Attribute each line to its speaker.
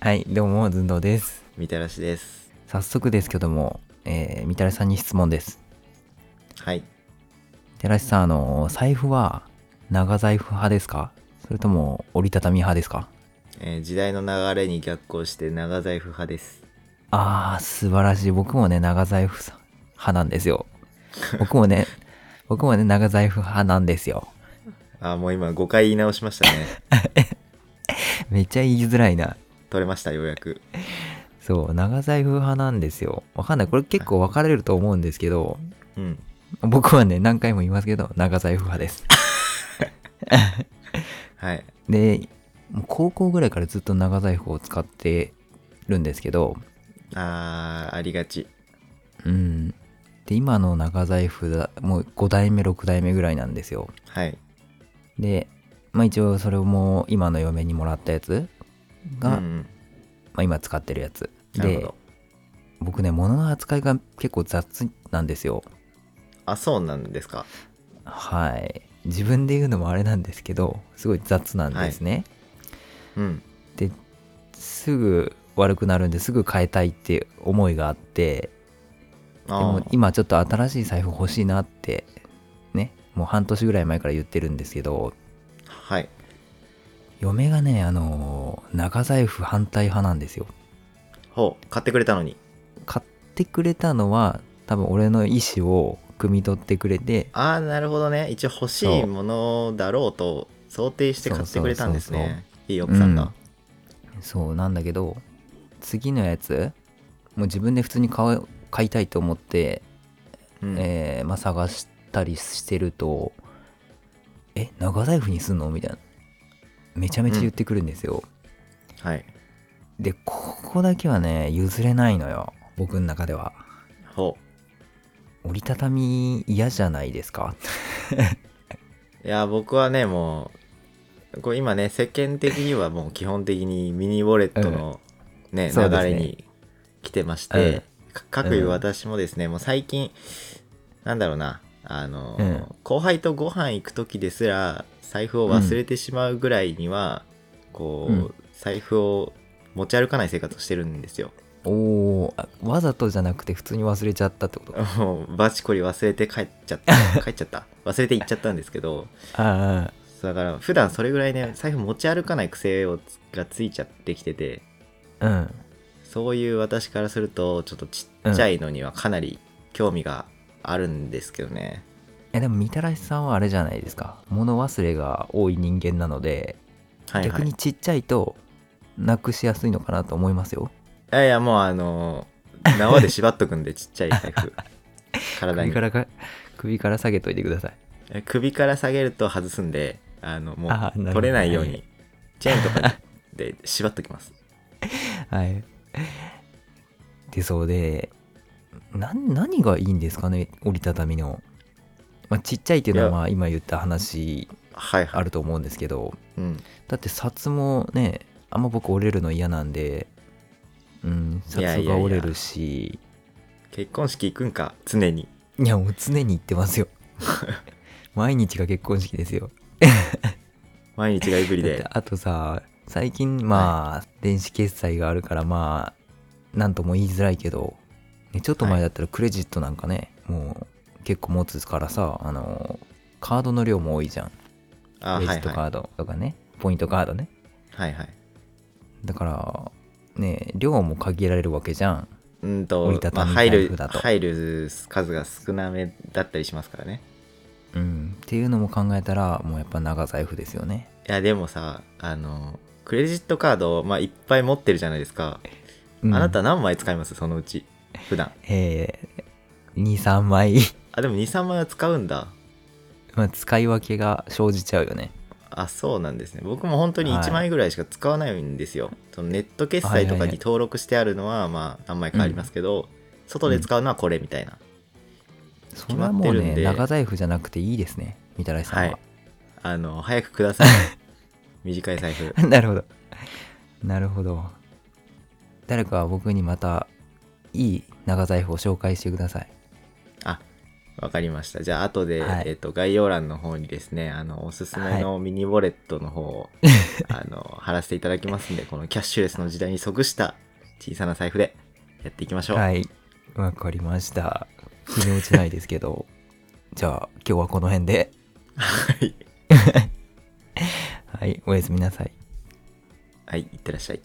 Speaker 1: はい、どうも、ずんどうです。
Speaker 2: みたらしです
Speaker 1: 早速ですけども、えー、みたらしさんに質問です。
Speaker 2: はい
Speaker 1: みたらしさん、あの、財布は長財布派ですかそれとも折りたたみ派ですか
Speaker 2: えー時代の流れに逆行して長財布派です
Speaker 1: あー、素晴らしい。僕もね、長財布さ派なんですよ。僕もね、 僕もね、長財布派なんですよ。
Speaker 2: あーもう今5回言い直しましたね
Speaker 1: めっちゃ言いづらいな。
Speaker 2: 取れましたようやく
Speaker 1: そう、長財布派なんですよ。わかんない。これ結構分かれると思うんですけど、
Speaker 2: うん
Speaker 1: 僕はね、何回も言いますけど、長財布派です。
Speaker 2: はい
Speaker 1: でもう高校ぐらいからずっと長財布を使ってるんですけど
Speaker 2: あーありがち
Speaker 1: うんで今の長財布だもう5代目6代目ぐらいなんですよ
Speaker 2: はい
Speaker 1: でまあ一応それも今の嫁にもらったやつが、
Speaker 2: うんうん
Speaker 1: まあ、今使ってるやつ
Speaker 2: なるほ
Speaker 1: で
Speaker 2: ど
Speaker 1: 僕ね物の扱いが結構雑なんですよ
Speaker 2: あそうなんですか
Speaker 1: はい自分で言うのもあれなんですけどすごい雑なんですね、
Speaker 2: うん
Speaker 1: すぐ悪くなるんですぐ変えたいって思いがあって
Speaker 2: あ
Speaker 1: でも
Speaker 2: ー
Speaker 1: 今ちょっと新しい財布欲しいなってねもう半年ぐらい前から言ってるんですけど
Speaker 2: はい
Speaker 1: 嫁がねあのー長財布反対派なんですよ
Speaker 2: ほう買ってくれたのに
Speaker 1: 買ってくれたのは多分俺の意思を汲み取ってくれて
Speaker 2: ああなるほどね一応欲しいものだろうと想定して買ってくれたんです
Speaker 1: そうそう
Speaker 2: ねいい奥さん
Speaker 1: うん
Speaker 2: が、
Speaker 1: そうなんだけど次のやつもう自分で普通に買う買いたいと思って、
Speaker 2: うん
Speaker 1: えーまあ、探したりしてると「え長財布にすんの?」みたいなめちゃめちゃ言ってくるんですよ、
Speaker 2: はい
Speaker 1: でここだけはね譲れないのよ僕の中では
Speaker 2: ほう
Speaker 1: 折りたたみ嫌じゃないですか
Speaker 2: いや僕はねもうこれ今ね世間的にはもう基本的にミニウォレットの、ね
Speaker 1: そう
Speaker 2: 流
Speaker 1: ですね
Speaker 2: れに来てまして、か各
Speaker 1: う
Speaker 2: い
Speaker 1: ん
Speaker 2: 私もですね、もう最近なんだろうなあの、
Speaker 1: うん
Speaker 2: 後輩とご飯行く時ですら財布を忘れてしまうぐらいには、こう、
Speaker 1: うん
Speaker 2: 財布を持ち歩かない生活をしてるんですよ。
Speaker 1: おおわざとじゃなくて普通に忘れちゃったってことあ
Speaker 2: もうバチコリ忘れて帰っちゃった帰っちゃった忘れて行っちゃったんですけど。
Speaker 1: あ
Speaker 2: そうだから普段それぐらいね財布持ち歩かない癖をつがついちゃってきてて
Speaker 1: うん
Speaker 2: そういう私からするとちょっとちっちゃいのにはかなり興味があるんですけどね、
Speaker 1: えでもみたらしさんはあれじゃないですか物忘れが多い人間なので、
Speaker 2: はいは
Speaker 1: 逆
Speaker 2: い
Speaker 1: に
Speaker 2: い
Speaker 1: ちっちゃいとなくしやすいのかなと思いますよ
Speaker 2: やいやもうあの縄で縛っとくんでちっちゃい財 布体
Speaker 1: 首
Speaker 2: に
Speaker 1: からか首から下げといてください
Speaker 2: え首から下げると外すんであのも
Speaker 1: あーなるほど
Speaker 2: う取れないよう
Speaker 1: は
Speaker 2: にチェーンとかで縛っときます
Speaker 1: はいでそうでな何がいいんですかね折りたたみの、まあ、ちっちゃいっていうのはまあ今言った話
Speaker 2: はいは
Speaker 1: あ
Speaker 2: い、
Speaker 1: ると思うんですけど
Speaker 2: うん、
Speaker 1: だって札もねあんま僕折れるの嫌なんでうん札
Speaker 2: いやいやいや
Speaker 1: が折れるし
Speaker 2: 結婚式行くんか常に
Speaker 1: いやもう常に言ってますよ 毎日が結婚式ですよ
Speaker 2: 毎日がいぶり
Speaker 1: だって
Speaker 2: で
Speaker 1: あとさ最近まあ、電子決済があるからまあなんとも言いづらいけど、ね、ちょっと前だったらクレジットなんかね、もう結構持つからさあのカードの量も多いじゃん
Speaker 2: あ
Speaker 1: ク
Speaker 2: は
Speaker 1: レジ
Speaker 2: いはい
Speaker 1: ットカードとかね、ポイントカードね
Speaker 2: はいはい
Speaker 1: だからね量も限られるわけじゃん
Speaker 2: うん
Speaker 1: 折
Speaker 2: と
Speaker 1: りた、た
Speaker 2: まあ、
Speaker 1: み
Speaker 2: 入
Speaker 1: 財布
Speaker 2: る
Speaker 1: だと
Speaker 2: 入る数が少なめだったりしますからね
Speaker 1: うんっていうのも考えたらもうやっぱ長財布ですよね
Speaker 2: いやでもさあのクレジットカード、まあ、いっぱい持ってるじゃないですか、
Speaker 1: うん
Speaker 2: あなた何枚使いますそのうち普段
Speaker 1: えー、23枚
Speaker 2: あでも23枚は使うんだ
Speaker 1: まあ使い分けが生じちゃうよね
Speaker 2: あそうなんですね僕も本当に
Speaker 1: はい
Speaker 2: 1枚ぐらいしか使わないんですよ、そのネット決済とかに登録してあるのはまあ何枚かありますけど、外で使うのはこれみたいな、
Speaker 1: それはもう
Speaker 2: 決まってる
Speaker 1: ね
Speaker 2: んで
Speaker 1: 長財布じゃなくていいですねみたらしさんは、
Speaker 2: はいあの早くく ださい短い財布
Speaker 1: なるほどなるほど誰か僕にまたいい長財布を紹介してください
Speaker 2: あわかりました。じゃあ、後で、
Speaker 1: はい
Speaker 2: えっ、と、概要欄の方にですね、あの、おすすめのミニウォレットの 方を、あの、貼らせていただきますんで、このキャッシュレスの時代に即した小さな財布でやっていきましょう。
Speaker 1: はいわかりました決め打ちないですけど じゃあ今日はこの辺で
Speaker 2: はい。
Speaker 1: はいおやすみなさい
Speaker 2: はい、いってらっしゃい。